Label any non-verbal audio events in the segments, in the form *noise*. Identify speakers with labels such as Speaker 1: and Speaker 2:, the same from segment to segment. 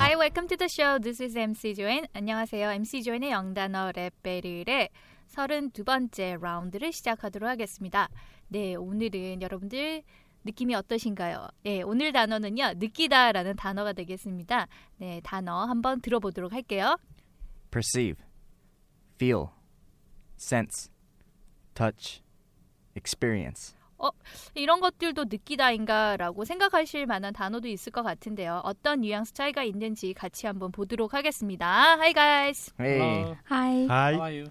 Speaker 1: Hi, welcome to the show. This is MC Joan. 안녕하세요. MC Joan의 영단어 랩 베리의 32번째 라운드를 시작하도록 하겠습니다. 네, 오늘은 여러분들 느낌이 어떠신가요? 예, 오늘 단어는요. 느끼다라는 단어가 되겠습니다. 네, 단어 한번 들어보도록 할게요.
Speaker 2: perceive, feel, sense, touch, experience.
Speaker 1: 이런 것들도 느끼다인가라고 생각하실 만한 단어도 있을 것 같은데요. 어떤 뉘앙스 차이가 있는지 같이 한번 보도록 하겠습니다. Hi guys. *laughs*
Speaker 2: Hey,
Speaker 1: Hi.
Speaker 3: Hi.
Speaker 4: How are you?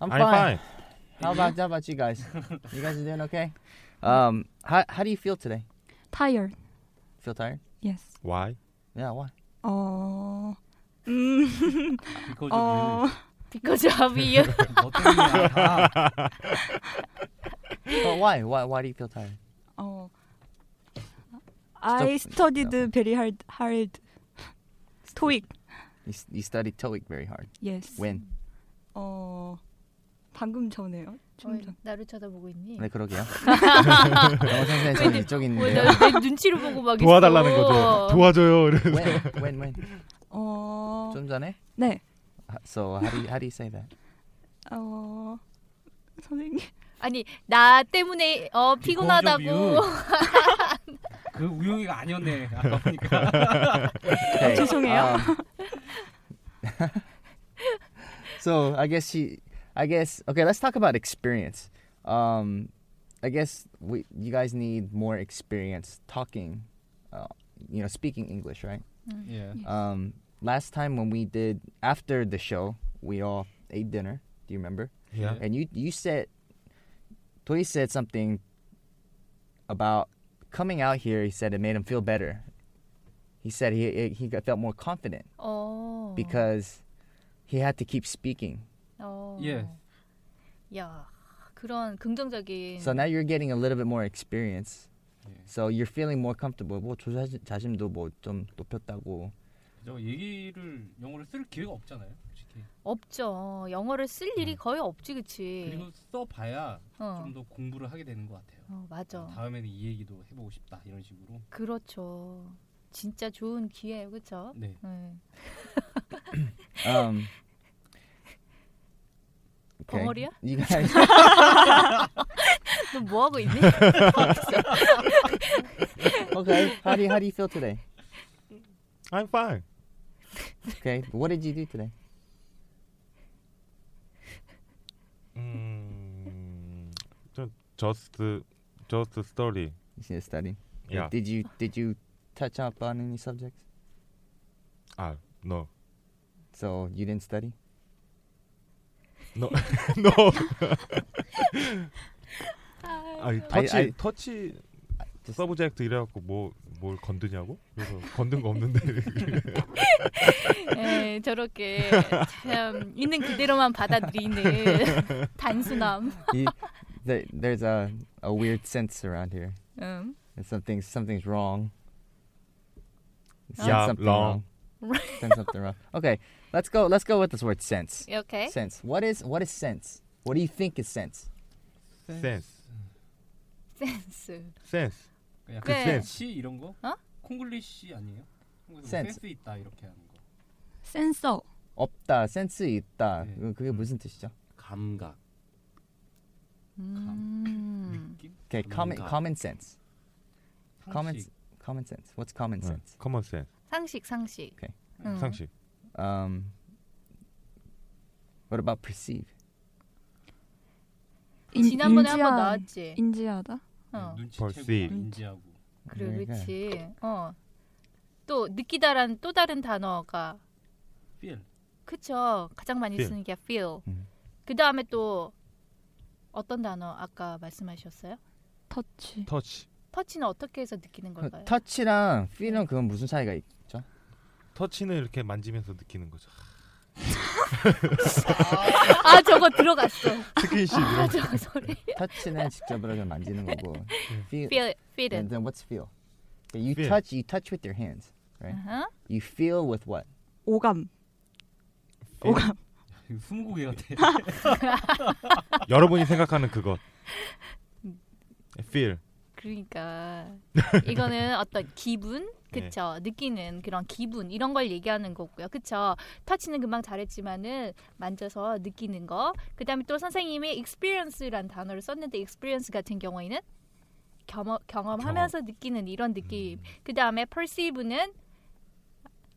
Speaker 2: I'm,
Speaker 3: I'm
Speaker 2: fine.
Speaker 3: fine.
Speaker 2: How about how about you guys? you guys are doing okay? Um, how how do you feel today?
Speaker 5: tired.
Speaker 2: Feel tired?
Speaker 5: Yes.
Speaker 3: Why?
Speaker 2: Yeah, why?
Speaker 5: 어. 음.
Speaker 4: Because
Speaker 5: 어.
Speaker 1: Because of you.
Speaker 4: of you. 너 때문이야. 다.
Speaker 2: But why? Why why do you feel tired?
Speaker 5: 어. I
Speaker 2: Stop.
Speaker 5: studied very hard hard. TOEIC.
Speaker 2: You, s- you studied TOEIC very hard.
Speaker 5: Yes.
Speaker 2: When?
Speaker 5: 어. 방금 전에요. 좀 전.
Speaker 1: 나를 쳐다보고 있니?
Speaker 2: 네 *laughs* 그러게요. 영어 선생님 저는 이쪽 있는데요.
Speaker 1: 왜내 뭐 눈치를 보고 막
Speaker 3: 도와달라는
Speaker 1: 있어.
Speaker 3: 거죠. 도와줘요. 이러면서.
Speaker 2: When? When? When?
Speaker 5: 어.
Speaker 2: 좀 전에?
Speaker 5: 네.
Speaker 2: So how do you, how do you say that?
Speaker 5: 어. 선생님.
Speaker 1: 아니 나 때문에 어 피곤하다고.
Speaker 4: Because of you. 그 우영이가 아니었네. 아까 보니까.
Speaker 2: Okay,
Speaker 5: 죄송해요.
Speaker 2: um, *laughs* so I guess she, I guess okay. Let's talk about experience. Um, I guess we, you guys need more experience talking, uh, you know, speaking English, right?
Speaker 4: Yeah.
Speaker 2: Um, last time when we did after the show, we all ate dinner. Do you remember?
Speaker 3: Yeah.
Speaker 2: And you you said, Toy said something about coming out here. He said it made him feel better. He said he he got- felt more confident
Speaker 1: *laughs* 어.
Speaker 2: because he had to keep speaking.
Speaker 1: 어.
Speaker 4: 예.
Speaker 1: 야 그런 긍정적인.
Speaker 2: So now you're getting a little bit more experience.
Speaker 4: 예.
Speaker 2: So you're feeling more comfortable. 뭐 조자- 자신도 뭐 좀 높였다고.
Speaker 4: 저 얘기를 영어로 쓸 기회가 없잖아요. 솔직히.
Speaker 1: 없죠. 영어를 쓸 일이 거의 없지 그치.
Speaker 4: 그리고 써봐야
Speaker 1: 네. 어.
Speaker 4: 좀 더 공부를 하게 되는 것 같아요.
Speaker 1: 어 맞아.
Speaker 4: 다음에는 이 얘기도 해보고 싶다 이런 식으로.
Speaker 1: 그렇죠. 진짜 좋은 기회예요, 그렇죠?
Speaker 4: 네.
Speaker 1: 네. *laughs*
Speaker 2: Um, okay.
Speaker 1: 벙어리야?
Speaker 2: You
Speaker 1: *laughs*
Speaker 2: guys,
Speaker 1: 너 뭐 하고 있니?
Speaker 2: okay. How do you, how do you feel today?
Speaker 3: I'm fine.
Speaker 2: Okay. What did you do today?
Speaker 3: 음, 저- just just study.
Speaker 2: You see, studying.
Speaker 3: Yeah.
Speaker 2: Did you did you touch up on any subjects?
Speaker 3: 아, no.
Speaker 2: So you didn't
Speaker 1: *laughs*
Speaker 2: study.
Speaker 3: No. *laughs* no. 아, 이 터치
Speaker 2: 아이.
Speaker 3: 터치
Speaker 2: Just-
Speaker 3: 서브젝트 이래 갖고 뭐 뭘 건드냐고? 그래서 건든 거 없는데.
Speaker 1: 예, 저렇게 참 있는 그대로만 받아들이는 단순함.
Speaker 2: You- there, there's a a weird sense around here.
Speaker 1: 음.
Speaker 2: And something's something's wrong. You sense
Speaker 3: *laughs* Yeah,
Speaker 2: something
Speaker 3: wrong.
Speaker 2: wrong. Sense something wrong. Okay, let's go. Let's go with this word sense.
Speaker 1: 오케이.
Speaker 2: Sense. What is what is sense? What do you think is sense?
Speaker 3: sense.
Speaker 1: 센스.
Speaker 3: sense.
Speaker 4: 약간
Speaker 1: 네.
Speaker 4: 센시 이런 거?
Speaker 1: 어?
Speaker 4: 콩글리시 아니에요?
Speaker 2: 센스.
Speaker 4: 한국에서 센스. 센스 있다 이렇게 하는 거.
Speaker 5: 센서.
Speaker 2: 없다. 센스 있다.
Speaker 4: 네.
Speaker 2: 그- 그게 무슨 뜻이죠?
Speaker 4: 감각.
Speaker 1: 음.
Speaker 4: 느낌?
Speaker 2: Okay, common
Speaker 4: 뭔가.
Speaker 2: common sense.
Speaker 4: 상식.
Speaker 2: common common sense. What's common
Speaker 3: 네.
Speaker 2: sense?
Speaker 3: common sense.
Speaker 1: 상식 상식.
Speaker 2: 오케이.
Speaker 1: 음.
Speaker 3: 상식.
Speaker 2: Um, what about perceive?
Speaker 5: 인-
Speaker 1: 지난번에
Speaker 5: 인지하-
Speaker 1: 한번 나왔지.
Speaker 5: 인지하다.
Speaker 1: 어.
Speaker 3: 벌써.
Speaker 4: 눈치채고 인지하고
Speaker 1: 그래
Speaker 2: Very good.
Speaker 1: 그렇지. 어. 또 느끼다라는 또 다른 단어가
Speaker 4: feel
Speaker 1: 그쵸 가장 많이
Speaker 3: Feel.
Speaker 1: 쓰는 게 feel.
Speaker 2: 음.
Speaker 1: 그 다음에 또 어떤 단어 아까 말씀하셨어요?
Speaker 5: 터치.
Speaker 3: 터치.
Speaker 1: 터치는 어떻게 해서 느끼는
Speaker 2: 그
Speaker 1: 걸까요?
Speaker 2: touch랑 feel은 그건 무슨 차이가 있죠?
Speaker 3: 터치는 이렇게 만지면서 느끼는 거죠.
Speaker 1: 아 저거 들어갔어.
Speaker 3: 스킨십
Speaker 1: 아
Speaker 3: 이런 거.
Speaker 1: 저거 소리.
Speaker 2: touch는 직접으로 그냥 만지는 거고
Speaker 1: *laughs*
Speaker 2: feel,
Speaker 1: feel feel
Speaker 2: and
Speaker 1: it.
Speaker 2: then what's feel? Okay, you
Speaker 3: Feel.
Speaker 2: touch, you touch with your hands.
Speaker 1: 아하.
Speaker 2: You feel with what?
Speaker 5: 오감.
Speaker 4: 이거 *laughs* 스무고개 같아 *laughs*
Speaker 3: 여러분이 생각하는 그것. feel.
Speaker 1: *laughs* 그러니까 이거는 어떤 기분 그쵸 느끼는 그런 기분 이런 걸 얘기하는 거고요 그쵸 터치는 금방 잘했지만은 만져서 느끼는 거 그다음에 또 선생님이 experience란 단어를 썼는데 experience 같은 경우에는 경험, 경험하면서 느끼는 이런 느낌 그다음에 perceive는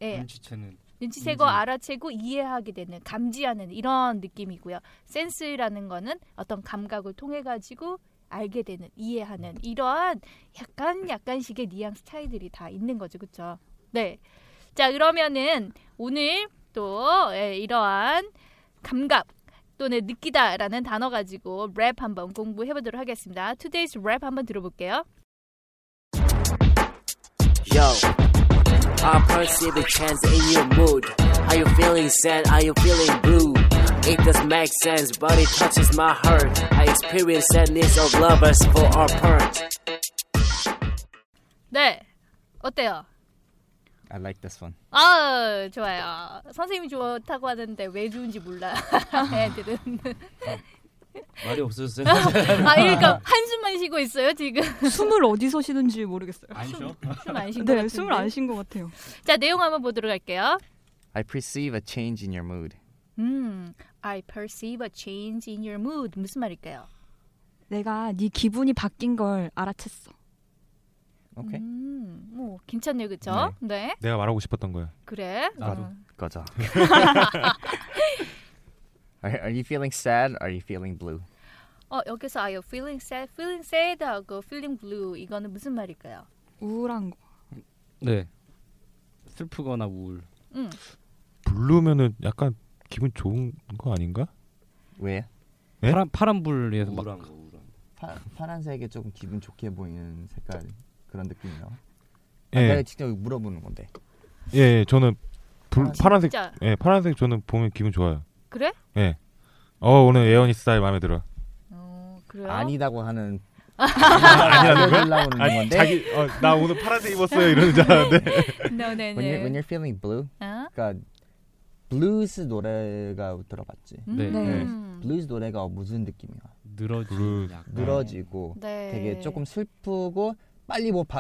Speaker 1: 예
Speaker 4: 눈치채는
Speaker 1: 눈치채고
Speaker 4: 인지.
Speaker 1: 알아채고 이해하게 되는 감지하는 이런 느낌이고요. 센스라는 거는 어떤 감각을 통해 가지고 알게 되는 이해하는 이러한 약간 약간씩의 뉘앙스 차이들이 다 있는 거죠, 그렇죠? 네. 자 그러면은 오늘 또 예, 이러한 감각 또는 느끼다라는 단어 가지고 랩 한번 공부해 보도록 하겠습니다. Today's rap 한번 들어볼게요.
Speaker 6: Yo, I perceive a chance in your mood. Are you feeling sad? Are you feeling blue? It does make sense, but it touches my heart. I experience sadness of lovers for our part.
Speaker 1: 네, 어때요?
Speaker 2: I like this one.
Speaker 1: 아 좋아요. 선생님이 좋다고 하는데 왜 좋은지 몰라. *laughs* 애들은.
Speaker 4: 어, 말이 없어졌어요
Speaker 1: 아 그러니까 한숨만 쉬고 있어요 지금.
Speaker 5: 숨을 어디서 쉬는지 모르겠어요.
Speaker 4: 안 쉬어
Speaker 1: 숨안 쉬고.
Speaker 5: 네, 숨을 안 쉰 것 같아요.
Speaker 1: 자 내용 한번 보도록 할게요.
Speaker 2: I perceive a change in your mood.
Speaker 1: 음, I perceive a change in your mood. 무슨 말일까요?
Speaker 5: 내가 네 기분이 바뀐 걸 알아챘어.
Speaker 2: Okay.
Speaker 1: 음, 뭐 괜찮네요, 그렇죠? 네.
Speaker 3: 내가 말하고 싶었던 거야.
Speaker 1: 그래.
Speaker 4: 나도.
Speaker 1: 어.
Speaker 3: Mm-hmm. *laughs*
Speaker 2: Goza. *laughs* are, are you feeling sad? Are you feeling blue?
Speaker 1: 어 여기서 are you feeling sad, feeling sad 하고 feeling blue 이거는 무슨 말일까요?
Speaker 5: 우울한 거.
Speaker 4: 네 슬프거나 우울
Speaker 1: 음,
Speaker 3: 부르면은 약간 기분 좋은 거 아닌가?
Speaker 2: 왜?
Speaker 3: 네?
Speaker 7: 파란 파란 불에서 막
Speaker 4: 우울한 거 우울한 거
Speaker 2: 파, 파란색에 조금 기분 좋게 보이는 색깔 그런 느낌이요. 아, 내가
Speaker 3: 예,
Speaker 2: 직접 물어보는 건데.
Speaker 3: 예, 예, 저는 불,
Speaker 2: 아,
Speaker 3: 파란색,
Speaker 1: 진짜
Speaker 3: 예, 파란색 저는 보면 기분 좋아요.
Speaker 1: 그래?
Speaker 3: 예. 어 오늘 예언이 스타일 마음에 들어.
Speaker 1: 어 그래요?
Speaker 2: 아니다고 하는
Speaker 3: *laughs* 아니라는 거야?
Speaker 2: 알려주려고 하는 건데.
Speaker 3: 자기 어, 나 오늘 파란색 입었어요 이러는 줄 알았는데.
Speaker 1: no, no,
Speaker 2: When you're when
Speaker 1: no.
Speaker 2: you're feeling blue,
Speaker 1: 어?
Speaker 2: 그러니까 blues 노래가 들어봤지.
Speaker 7: 네.
Speaker 2: 네.
Speaker 1: 음.
Speaker 2: blues 노래가 무슨 느낌이야?
Speaker 3: 블루.
Speaker 7: 늘어지 약간
Speaker 2: 늘어지고
Speaker 1: 네.
Speaker 2: 되게 조금 슬프고 빨리 뭐 바,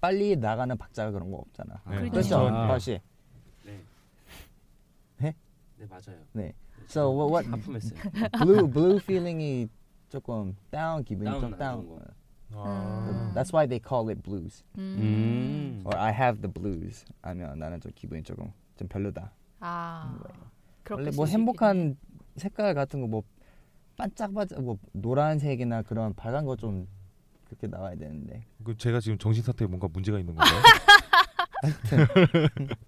Speaker 2: 빨리 나가는 박자가 그런 거 없잖아.
Speaker 3: 네.
Speaker 1: 그렇죠.
Speaker 2: 그렇죠,
Speaker 3: 아.
Speaker 2: 바로 씨.
Speaker 4: 네 맞아요
Speaker 2: 네. So what, what
Speaker 4: 하품했어요
Speaker 2: blue blue feeling이 조금 down 기분이
Speaker 4: 다운,
Speaker 2: 좀
Speaker 4: 안
Speaker 2: down.
Speaker 4: 아, 좋은 거.
Speaker 3: 아,
Speaker 1: 음.
Speaker 2: That's why they call it blues.
Speaker 1: 음.
Speaker 4: 음
Speaker 2: Or I have the blues. 아니면 나는 좀 기분이 조금 좀 별로다.
Speaker 1: 아. 그렇게
Speaker 2: 원래
Speaker 1: 쓸수
Speaker 2: 뭐
Speaker 1: 있겠네.
Speaker 2: 행복한 색깔 같은 거 뭐 반짝반짝 뭐 노란색이나 그런 밝은 거 좀 그렇게 나와야 되는데.
Speaker 3: 그 제가 지금 정신 상태에 뭔가 문제가 있는
Speaker 1: *laughs*
Speaker 3: 건가요?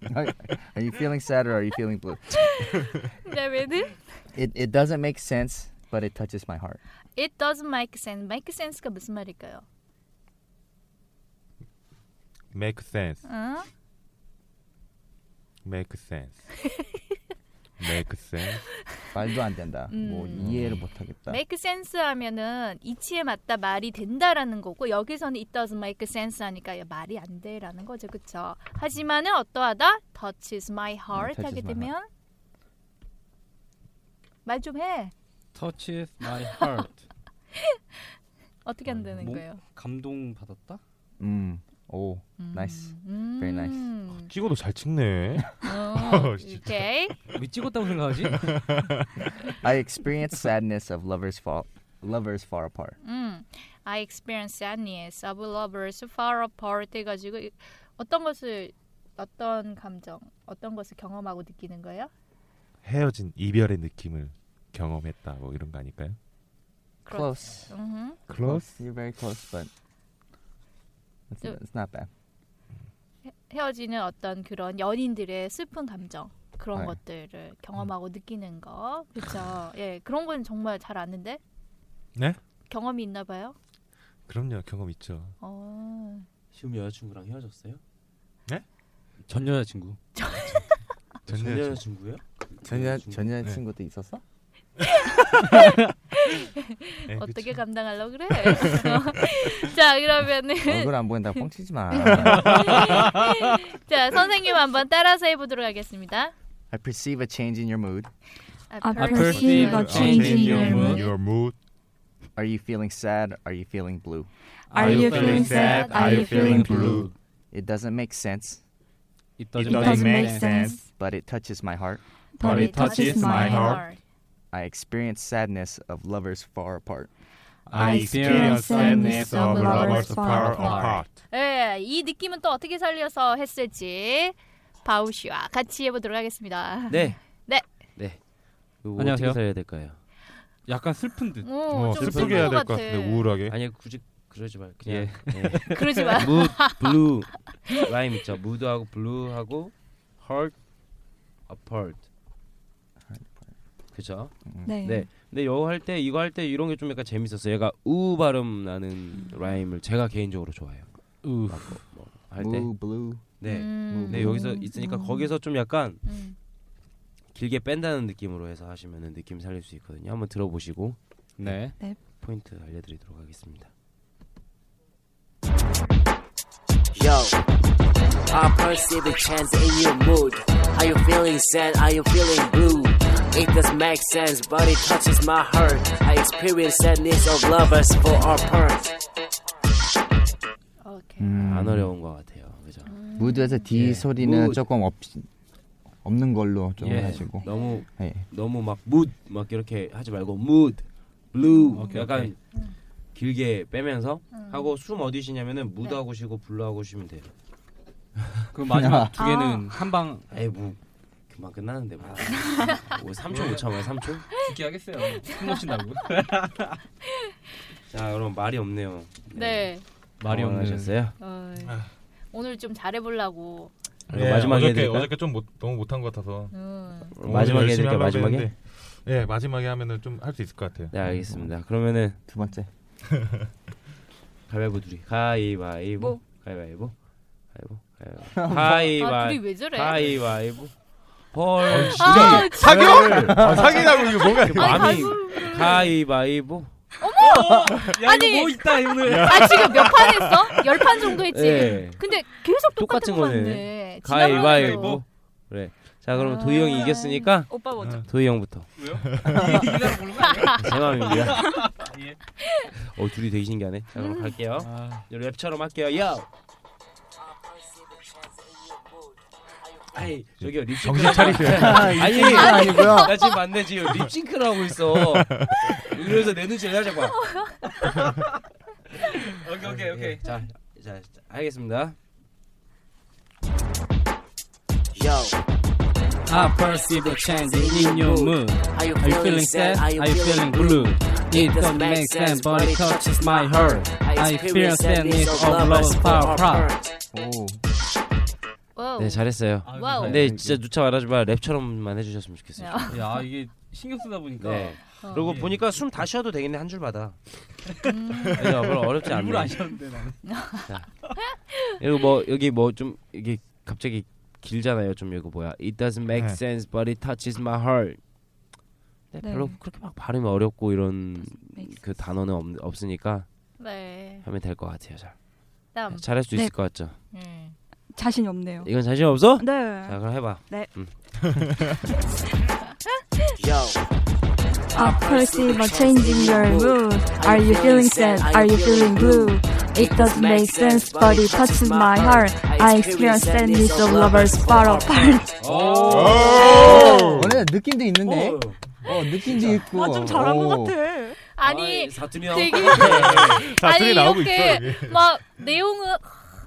Speaker 2: Are you feeling sad or are you feeling blue?
Speaker 1: 네, 왜는?
Speaker 2: It it doesn't make sense, but it touches my heart.
Speaker 1: It doesn't make sense. make sense가 무슨 말일까요?
Speaker 3: Make sense,
Speaker 1: 응?
Speaker 3: make sense, make sense.
Speaker 2: 말도 안 된다. 뭐
Speaker 1: 음.
Speaker 2: 이해를 못 하겠다.
Speaker 1: make sense 하면은 이치에 맞다 말이 된다라는 거고 여기서는 it doesn't make sense 하니까 야, 말이 안 돼라는 거죠. 그렇죠? 하지만은 어떠하다? touches my heart
Speaker 2: touches
Speaker 1: 하게
Speaker 2: 네, my
Speaker 1: 되면 말 좀 해.
Speaker 4: touches my heart
Speaker 1: 어떻게
Speaker 2: 아,
Speaker 1: 안 되는
Speaker 4: 몸?
Speaker 1: 거예요?
Speaker 4: 감동 받았다
Speaker 2: 음. 오. 나이스.
Speaker 1: 음.
Speaker 2: Very nice.
Speaker 3: 찍어도
Speaker 1: *laughs*
Speaker 3: 잘 찍네.
Speaker 1: 어,
Speaker 3: 진짜.
Speaker 1: 오케이.
Speaker 4: 왜 찍었다고 생각하지
Speaker 2: I experienced sadness of lovers fall lovers far apart.
Speaker 1: 음. I experienced sadness of lovers far apart 해가지고 이- 어떤 것을 어떤 감정 어떤 것을 경험하고 느끼는 거예요?
Speaker 3: 헤어진 이별의 느낌을 경험했다 뭐 이런 거 아닐까요?
Speaker 2: Close.
Speaker 1: 음.
Speaker 2: You're very close, but it's,
Speaker 1: Yo-
Speaker 2: it's not bad.
Speaker 1: 헤어지는 어떤 그런 연인들의 슬픈 감정 그런
Speaker 2: 네.
Speaker 1: 것들을 경험하고
Speaker 3: 음.
Speaker 1: 느끼는 거 그렇죠. 예 그런 건 정말 잘 아는데
Speaker 3: 네?
Speaker 1: 경험이 있나 봐요.
Speaker 3: 그럼요 경험 있죠.
Speaker 1: 어.
Speaker 7: *laughs* 지금 여자친구랑 헤어졌어요?
Speaker 3: 네?
Speaker 4: 전 여자친구.
Speaker 1: 아,
Speaker 7: 전
Speaker 3: 전여친-
Speaker 7: 여자친구예요?
Speaker 2: 전여
Speaker 7: 친구.
Speaker 2: 전여 친구도 있었어?
Speaker 1: *laughs*
Speaker 3: 네,
Speaker 1: 어떻게
Speaker 3: 그쵸.
Speaker 1: 감당하려고 그래? *laughs* 자 그러면은
Speaker 3: 어?
Speaker 2: 얼굴 안 보인다
Speaker 1: *laughs*
Speaker 2: 뻥치지 마.
Speaker 1: 자 선생님 한번 따라서 해보도록 하겠습니다.
Speaker 2: I perceive a change in your mood.
Speaker 5: I
Speaker 4: perceive
Speaker 5: perceive
Speaker 4: a
Speaker 5: a
Speaker 4: change
Speaker 5: change in
Speaker 4: in your
Speaker 5: your
Speaker 7: 네,
Speaker 4: mood.
Speaker 5: mood.
Speaker 3: Your mood.
Speaker 2: Are you feeling sad? Are you feeling blue?
Speaker 5: Are you feeling sad? Are you feeling blue?
Speaker 2: It doesn't make sense,
Speaker 4: It
Speaker 5: It doesn't make sense,
Speaker 2: but it touches my heart.
Speaker 5: but it touches my heart.
Speaker 2: I experience sadness of lovers far apart.
Speaker 5: I experience sadness of lovers far apart.
Speaker 1: 예, 이 느낌은 또 어떻게 살려서 했을지 바우 씨와 같이 해보도록 하겠습니다.
Speaker 7: 네.
Speaker 1: 네.
Speaker 7: 네. 이거
Speaker 4: 안녕하세요.
Speaker 7: 어떻게 해야 될까요?
Speaker 4: 약간 슬픈 듯.
Speaker 1: 오,
Speaker 3: 어,
Speaker 1: 좀
Speaker 3: 슬프게
Speaker 1: 슬픈
Speaker 3: 해야 될
Speaker 1: 것
Speaker 3: 것
Speaker 1: 같아.
Speaker 3: 같은데
Speaker 7: *laughs*
Speaker 3: 우울하게.
Speaker 4: 예.
Speaker 7: 아니 굳이 그러지 말. 그냥 *laughs* 예.
Speaker 1: 그러지 마.
Speaker 7: mood, blue, 라임 있죠. mood하고 blue하고 heart, apart. 그죠?
Speaker 5: 네.
Speaker 7: 네. 근데 이거 할 때 이거 할 때 이런 게 좀 약간 재밌었어요. 얘가 우 발음 나는 라임을 제가 개인적으로 좋아해요. 뭐
Speaker 4: 우.
Speaker 7: 할 때.
Speaker 2: Blue, blue.
Speaker 7: 네.
Speaker 1: 음,
Speaker 7: 네 여기서 있으니까 거기서 좀 약간
Speaker 1: 음.
Speaker 7: 길게 뺀다는 느낌으로 해서 하시면은 느낌 살릴 수 있거든요. 한번 들어보시고
Speaker 4: 네.
Speaker 7: 포인트 알려드리도록 하겠습니다.
Speaker 6: Yo, I perceive a change in your mood. Are you feeling sad? Are you feeling blue? It does make sense, but it touches my heart. I experience sadness of lovers for our part.
Speaker 1: 오케이.
Speaker 2: 음,
Speaker 7: 안 어려운 것 같아요. 그죠?
Speaker 1: 음.
Speaker 2: 무드에서 D
Speaker 7: 예.
Speaker 2: 소리는
Speaker 7: Mood.
Speaker 2: 조금 없 없는 걸로 좀
Speaker 7: 예.
Speaker 2: 하시고.
Speaker 7: 너무
Speaker 2: 예.
Speaker 7: 너무 막 mood 막 이렇게 하지 말고 mood, blue
Speaker 4: 오케이,
Speaker 7: 약간
Speaker 4: 오케이.
Speaker 1: 음.
Speaker 7: 길게 빼면서 하고 숨 어디 쉬냐면은
Speaker 1: 네.
Speaker 7: mood 하고 쉬고 blue 하고 쉬면 돼요.
Speaker 4: 그
Speaker 2: *laughs*
Speaker 4: 마지막 두 개는 한 방
Speaker 7: 에이 뭐 금방
Speaker 1: *laughs*
Speaker 7: 끝나는데 뭐. 뭐 3초 못 참아요 3초?
Speaker 4: 듣게 하겠어요. 숨못 쉰다고.
Speaker 7: 자 그럼 말이 없네요. 뭐
Speaker 1: 네.
Speaker 4: 말이 없는.
Speaker 7: 하셨어요?
Speaker 1: 어, 오늘 좀 잘해보려고.
Speaker 7: 그럼 네, 마지막에
Speaker 3: 아, 어저께
Speaker 7: 해드릴까요?
Speaker 3: 어저께 좀 못, 너무 못한 것 같아서
Speaker 1: 음.
Speaker 3: 오늘
Speaker 7: 마지막에
Speaker 3: 열심히
Speaker 7: 해드릴까요?
Speaker 3: 하려고
Speaker 7: 마지막에?
Speaker 3: 했는데, 예 마지막에 하면은 좀 할 수 있을 것 같아요.
Speaker 7: 네
Speaker 3: 음.
Speaker 7: 알겠습니다. 그러면은
Speaker 2: 두 번째.
Speaker 7: *laughs* 가위바위보 둘이 가위바위보
Speaker 1: 뭐?
Speaker 7: 가위바위보 가위바위보 가위바위보
Speaker 1: 아, 둘이 왜 저래?
Speaker 7: 가위바위보
Speaker 3: 뭐?
Speaker 7: 헐
Speaker 1: 아,
Speaker 3: 사겨? 아, 사기라고 이거 뭔가
Speaker 7: 그 마음이 가위바위보
Speaker 4: 야,
Speaker 1: 아니.
Speaker 4: 이거 뭐 있다 오늘.
Speaker 1: 아 지금 몇 판 했어? 열 판 정도 했지.
Speaker 7: 예.
Speaker 1: 근데 계속 똑같은
Speaker 7: 똑같은
Speaker 1: 거
Speaker 7: 거네.
Speaker 1: 같네.
Speaker 7: 가위바위보 그래 자 그럼 도희
Speaker 1: 아.
Speaker 7: 형이 이겼으니까
Speaker 1: 오빠 먼저.
Speaker 7: 도희 형부터
Speaker 4: 이기다 보는 거 아니야?
Speaker 7: *laughs* 제 마음입니다
Speaker 4: 예.
Speaker 7: 어 둘이 되게 신기하네 자 그럼 갈게요
Speaker 4: 아,
Speaker 7: 이제 랩처럼 할게요 야 아이 저기요 립싱크
Speaker 3: 정신 차리세요.
Speaker 7: 아니
Speaker 2: 아니고요.
Speaker 7: 나 지금 맞네 지금 립싱크를 하고 있어 이러면서 내 눈치를 살짝 봐
Speaker 4: *laughs* 오케이 오케이 오케이.
Speaker 7: 예, 자, 자, 자, 알겠습니다.
Speaker 6: Yo,
Speaker 4: I perceive a change in your mood.
Speaker 6: are you
Speaker 4: Are you feeling sad? Are you feeling blue? It doesn't make sense, but it touches my heart. I experience sadness of love's far apart.
Speaker 2: 오.
Speaker 1: 와우.
Speaker 7: 네, 잘했어요.
Speaker 1: 와우. 네.
Speaker 7: 근데 진짜 누차 말하지 마. 랩처럼만 해주셨으면 좋겠어요.
Speaker 1: 야,
Speaker 4: 야 이게 신경 쓰다 보니까
Speaker 7: 네.
Speaker 1: 어.
Speaker 7: 그리고
Speaker 4: 예.
Speaker 7: 보니까 숨 다 쉬어도 되겠네 한 줄마다.
Speaker 1: 음.
Speaker 7: 그냥 별로 어렵지
Speaker 4: 일부러
Speaker 7: 않네.
Speaker 4: 안 쉬었는데 나는.
Speaker 7: 그리고 뭐 여기 뭐 좀 이게 갑자기 길잖아요. 좀 이거 뭐야? It doesn't make
Speaker 3: 네.
Speaker 7: sense, but it touches my heart. 네,
Speaker 5: 네.
Speaker 7: 별로 그렇게 막 발음이 어렵고 이런 그 단어는 없, 없으니까
Speaker 1: 네.
Speaker 7: 하면 될 것 같아요. 잘
Speaker 1: 다음.
Speaker 7: 잘할 수
Speaker 5: 네.
Speaker 7: 있을 것 같죠?
Speaker 1: 음.
Speaker 5: 자신이 없네요.
Speaker 7: 이건 자신 없어?
Speaker 5: 네.
Speaker 7: 자 그럼 해봐.
Speaker 6: Yo,
Speaker 5: I perceive a change in your mood. Are you feeling sad? Are you feeling blue? It doesn't make sense, but it touches my heart. I experience sadness of lovers far *laughs* apart.
Speaker 2: 원래 느낌도 있는데. 어 느낌도 있고.
Speaker 5: 완전 잘한
Speaker 2: 오.
Speaker 5: 것 같아.
Speaker 1: 아니
Speaker 7: 사투리
Speaker 1: 되게
Speaker 7: *laughs* 네.
Speaker 3: 사투리
Speaker 1: 아니
Speaker 3: 나오고
Speaker 1: 이렇게
Speaker 3: 있어, 여기.
Speaker 1: 막 내용은 아,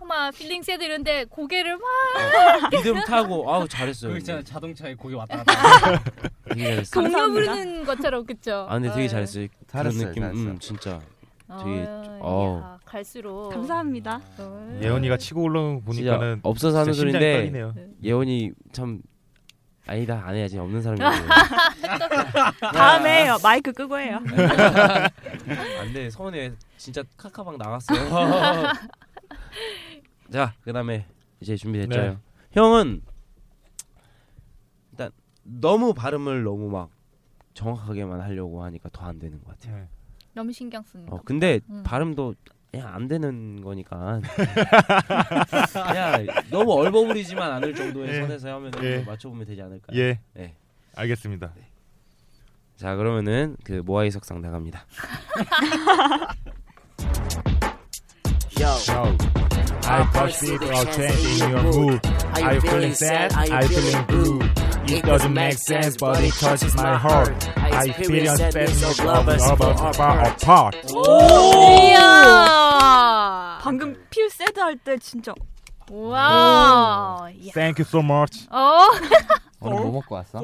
Speaker 1: 막 필링 세드 이런데 고개를 막
Speaker 7: 믿음 타고 아우 잘했어요.
Speaker 4: 그 있잖아
Speaker 7: 형님.
Speaker 4: 자동차에 고개 왔다 갔다.
Speaker 7: 되게 잘했어. 요
Speaker 1: 동료
Speaker 8: 감사합니다.
Speaker 1: 부르는 것처럼 그쵸? 네.
Speaker 7: 아 근데 되게 잘했어요. 그런
Speaker 2: 잘했어요,
Speaker 7: 느낌
Speaker 2: 잘했어.
Speaker 7: 음 진짜.
Speaker 1: 어,
Speaker 7: 되게-
Speaker 1: 이야,
Speaker 7: 어우.
Speaker 1: 갈수록
Speaker 8: 감사합니다.
Speaker 1: 어.
Speaker 3: 예원이가 치고 올라온 거
Speaker 7: 진짜
Speaker 3: 보니까는
Speaker 7: 없어서 하는
Speaker 3: 진짜 심장이
Speaker 7: 소리인데
Speaker 3: 떨리네요.
Speaker 7: 예원이 참 아니다 안 해야지 없는 사람이고
Speaker 5: 네.
Speaker 8: 다음에 마이크 끄고 해요.
Speaker 7: 안돼 서운해 진짜 카카방 나갔어요. 자 그다음에 이제 준비됐죠.
Speaker 3: 네.
Speaker 7: 형은 일단 너무 발음을 너무 막 정확하게만 하려고 하니까 더 안 되는 것 같아요.
Speaker 3: 네.
Speaker 1: 너무 신경 쓰니까
Speaker 7: 어 근데
Speaker 1: 음.
Speaker 7: 발음도 그냥 안
Speaker 4: *laughs*
Speaker 7: 되는 거니까 그냥 너무 얼버무리지만 않을 정도의
Speaker 3: 예.
Speaker 7: 선에서 하면
Speaker 3: 예.
Speaker 7: 맞춰보면 되지 않을까요?
Speaker 3: 예.
Speaker 7: 네.
Speaker 3: 알겠습니다.
Speaker 7: 자 그러면은 그 모아이 석상 나갑니다.
Speaker 6: Yo.
Speaker 3: Yo, I perceive a change in your mood. Are you feeling sad? Are you feeling blue? It doesn't make sense, but it touches my heart. I experience sadness of lovers far far apart.
Speaker 1: 이야
Speaker 8: 방금 필 세드 할 때 진짜
Speaker 1: 와 이야.
Speaker 3: Thank you so much.
Speaker 1: 어
Speaker 2: 오늘 뭐 먹고 왔어?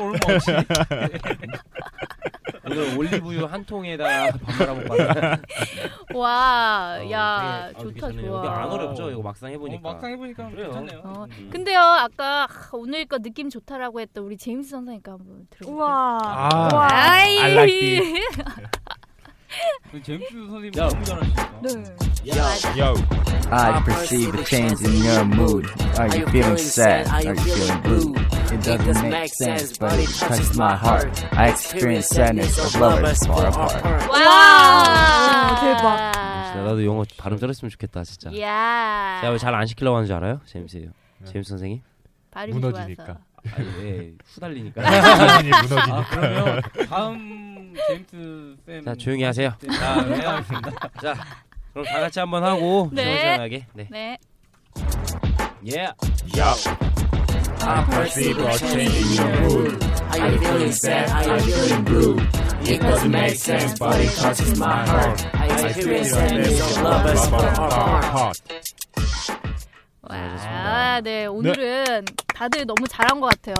Speaker 7: 오늘 올리브유 한 통에다가 밥 말아 먹고 *laughs* 왔다.
Speaker 1: 와,
Speaker 7: 어,
Speaker 1: 야,
Speaker 7: 되게- 아,
Speaker 1: 좋다,
Speaker 7: 괜찮네요.
Speaker 1: 좋아.
Speaker 7: 이게 안 어렵죠? 이거 막상 해보니까.
Speaker 4: 어, 막상 해보니까
Speaker 7: 그래요.
Speaker 4: 괜찮네요.
Speaker 1: 어,
Speaker 7: 음.
Speaker 1: 근데요, 아까 하, 오늘 거 느낌 좋다라고 했던 우리 제임스 선생님과 한번 들어볼게요. *laughs*
Speaker 8: 우와.
Speaker 3: 아,
Speaker 1: 아이,
Speaker 3: Ah, I like
Speaker 4: 그 제임스 선생님
Speaker 7: 야.
Speaker 4: 너무 잘하시니까.
Speaker 8: 네.
Speaker 3: yo,
Speaker 2: I perceive a change in your mood. Are you feeling sad? Are you feeling blue? It doesn't make sense, but it touches my heart. I experience sadness of lovers far apart.
Speaker 1: 와,
Speaker 8: 와, 대박.
Speaker 7: 진짜 나도 영어 발음 잘했으면 좋겠다 진짜.
Speaker 1: 예. 야,
Speaker 7: 제가 왜 잘 안 시키려고 하는 줄 알아요? 제임스요.
Speaker 4: 네.
Speaker 7: 제임스 선생님?
Speaker 1: 발음이
Speaker 3: 무너지니까.
Speaker 1: 좋아서.
Speaker 7: 아니 왜 후달리니까.
Speaker 3: 선생님이 *laughs* 무너지니.
Speaker 4: 아 그러면 다음 제임스 쌤.
Speaker 7: 자 조용히 하세요.
Speaker 4: 쌤.
Speaker 7: 자, 해보겠습니다. *laughs* 자 그럼 다 같이 한번 하고
Speaker 1: 네.
Speaker 7: 시원시원하게. 네.
Speaker 1: 네,
Speaker 4: 네.
Speaker 7: 예.
Speaker 6: Yo. I perceive a change in your mood. Are you feeling sad? Are you feeling blue? It doesn't make sense, but it touches my heart. I experience sadness of lovers far apart.
Speaker 1: 와, 네, 오늘은 다들 너무 잘한 것 같아요.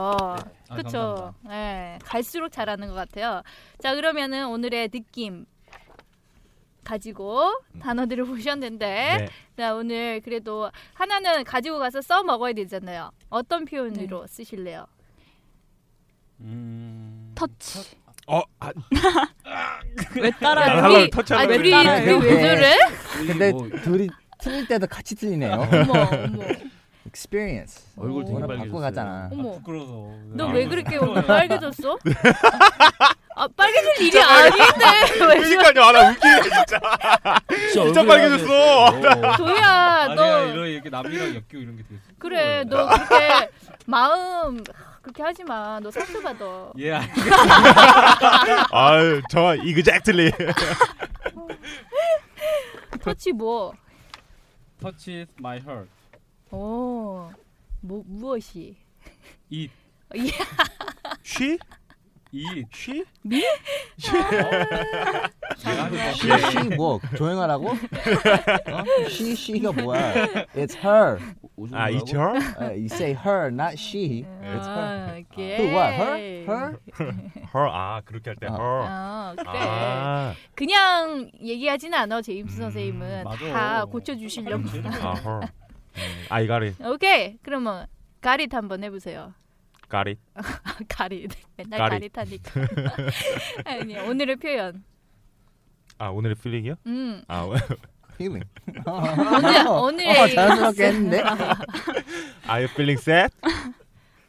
Speaker 4: 아,
Speaker 1: 그렇죠.
Speaker 4: 감사합니다.
Speaker 1: 네, 갈수록 잘하는 것 같아요. 자, 그러면은 오늘의 느낌 가지고 단어들을 *laughs* 보셨는데,
Speaker 3: 네.
Speaker 1: 자, 오늘 그래도 하나는 가지고 가서 써 먹어야 되잖아요. 어떤 표현으로 쓰실래요?
Speaker 4: 음.
Speaker 8: 터치.
Speaker 3: 어, 아,
Speaker 8: 왜 따라요?
Speaker 3: 하려고
Speaker 1: 우리-
Speaker 3: 터치하려고
Speaker 1: 아니, 우리
Speaker 8: 그랬는데.
Speaker 1: 우리 왜 저래?
Speaker 2: 근데
Speaker 4: 뭐
Speaker 2: 둘이 틀릴 때도 같이 틀리네요. *laughs*
Speaker 1: 어머, 어머,
Speaker 2: Experience.
Speaker 7: 얼굴 되게
Speaker 2: 오늘
Speaker 7: 빨개졌어요.
Speaker 2: 바꿔가잖아.
Speaker 1: 어머.
Speaker 4: 부끄러워서.
Speaker 1: 너 왜 그렇게 오늘 빨개졌어? 아, 빨개질 일이 아닌데 왜 저래?
Speaker 3: 그러니까요, 아, 나 웃기네 진짜. 진짜 빨개졌어.
Speaker 1: 도야,
Speaker 4: 아니야
Speaker 1: 너
Speaker 4: 이런 이렇게 남이랑 엮이고 이런 게 되게. 어.
Speaker 1: 그래, 너 그렇게 *laughs* 마음 그렇게 하지 마. 너 상처 받아.
Speaker 4: 예. 알-
Speaker 3: 아유, 저 exactly.
Speaker 1: *laughs* 터치 뭐?
Speaker 4: Touches my heart.
Speaker 1: 오, 뭐 무엇이?
Speaker 4: It.
Speaker 1: 야,
Speaker 3: She?
Speaker 4: It.
Speaker 3: She?
Speaker 2: She, she 뭐 조용하라고? 어? She, she가 뭐야? It's her.
Speaker 3: 아, it's her?
Speaker 2: Uh, you say her, not she.
Speaker 1: 아, 이렇게.
Speaker 2: Who, what? Her? Her?
Speaker 3: her. 아, 그렇게 할 때
Speaker 2: 아.
Speaker 3: her.
Speaker 1: 아, 그래.
Speaker 3: 아,
Speaker 1: 그냥 얘기하진 않아 제임스
Speaker 3: 음,
Speaker 1: 선생님은
Speaker 4: 맞아.
Speaker 1: 다 고쳐주시려고
Speaker 3: 아, her. 음, I got it.
Speaker 1: *laughs* 오케이 그러면 가릿 한번 해보세요 *laughs*
Speaker 3: Got it.
Speaker 1: 가릿 맨날 가릿,
Speaker 3: 가릿.
Speaker 1: 하니까 *laughs* 아니 오늘의 표현
Speaker 3: 아, 오늘의 필링이요?
Speaker 1: 음
Speaker 3: 아, *laughs*
Speaker 2: Feeling.
Speaker 1: *laughs* 오늘 오늘의
Speaker 2: 어, 자연스럽게 했는데?
Speaker 3: Are you feeling sad?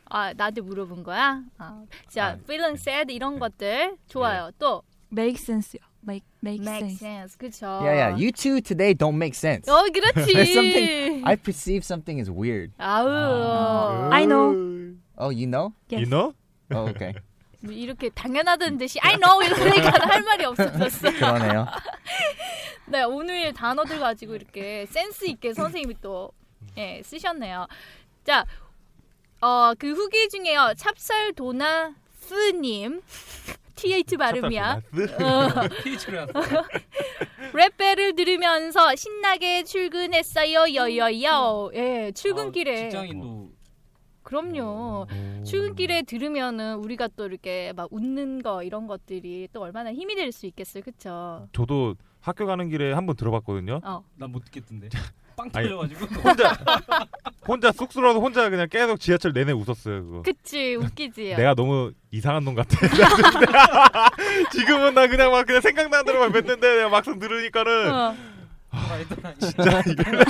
Speaker 1: 아 나한테 물어본 거야 아, 자
Speaker 3: 아,
Speaker 1: feeling sad 이런 것들 좋아요
Speaker 2: 예.
Speaker 1: 또
Speaker 8: make sense요. make make
Speaker 1: make
Speaker 8: sense.
Speaker 1: sense 그쵸
Speaker 2: Yeah, yeah. You two today don't make sense.
Speaker 1: 어
Speaker 2: There's *laughs* something
Speaker 1: 그렇지
Speaker 2: I perceive something is weird.
Speaker 1: 아우
Speaker 8: I know.
Speaker 2: Oh, you know?
Speaker 3: You know?
Speaker 2: Oh, okay.
Speaker 1: 이렇게 당연하던 듯이 I know 이러니까 *laughs* 할 말이 없어졌어
Speaker 2: 그러네요.
Speaker 1: 네, 오늘 단어들 가지고 이렇게 센스
Speaker 2: 음.
Speaker 1: 있게 선생님이 또 예, 쓰셨네요. 자, 어, 그 후기 중에요. 찹쌀도나 스님 TH 발음이야.
Speaker 4: 아,
Speaker 1: 어.
Speaker 4: 피치로
Speaker 1: *laughs* 랩벨을 들으면서 신나게 출근했어요. 여여여. 예,
Speaker 7: 아,
Speaker 1: 출근길에.
Speaker 4: 아, 직장인도
Speaker 1: 그럼요. 출근길에 들으면은 우리가 또 이렇게 막 웃는 거 이런 것들이 또 얼마나 힘이 될 수 있겠어요. 그렇죠?
Speaker 3: 저도 학교 가는 길에 한번 들어봤거든요.
Speaker 1: 어.
Speaker 4: 난못 듣겠던데. 빵
Speaker 3: 아니. *laughs*
Speaker 4: 터려가지고.
Speaker 3: 혼자 혼자 쑥스러워서 혼자 그냥 계속 지하철 내내 웃었어요. 그거.
Speaker 1: 그치 웃기지요.
Speaker 3: *laughs* 내가 너무 이상한 놈 같아. *laughs* 지금은 나 그냥 막 그냥 생각나는 대로 막 뱉는데 내가 막상 들으니까는
Speaker 1: 어.
Speaker 3: 진짜 이거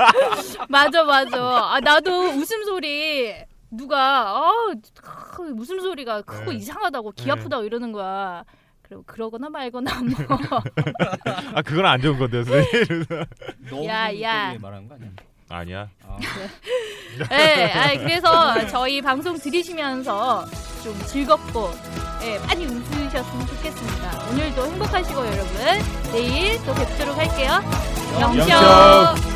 Speaker 1: *laughs* 맞아 맞아. 아 나도 웃음 소리 누가 어 웃음 소리가 크고
Speaker 3: 네.
Speaker 1: 이상하다고 귀
Speaker 3: 네.
Speaker 1: 아프다고 이러는 거야. 그리고 그러거나 말거나 뭐.
Speaker 3: 아 그건 안 좋은 건데요, 선생님. *laughs*
Speaker 4: 너무
Speaker 1: 야,
Speaker 4: 웃는
Speaker 1: 야.
Speaker 4: 소리에 말하는 거 아니야?
Speaker 3: 아니야.
Speaker 4: 아,
Speaker 1: 네, 아, 그래서 저희 방송 들으시면서 좀 즐겁고 예, 많이 웃으셨으면 좋겠습니다. 오늘도 행복하시고 여러분 내일 또 뵙도록 할게요. 영쇼.
Speaker 3: 영쇼.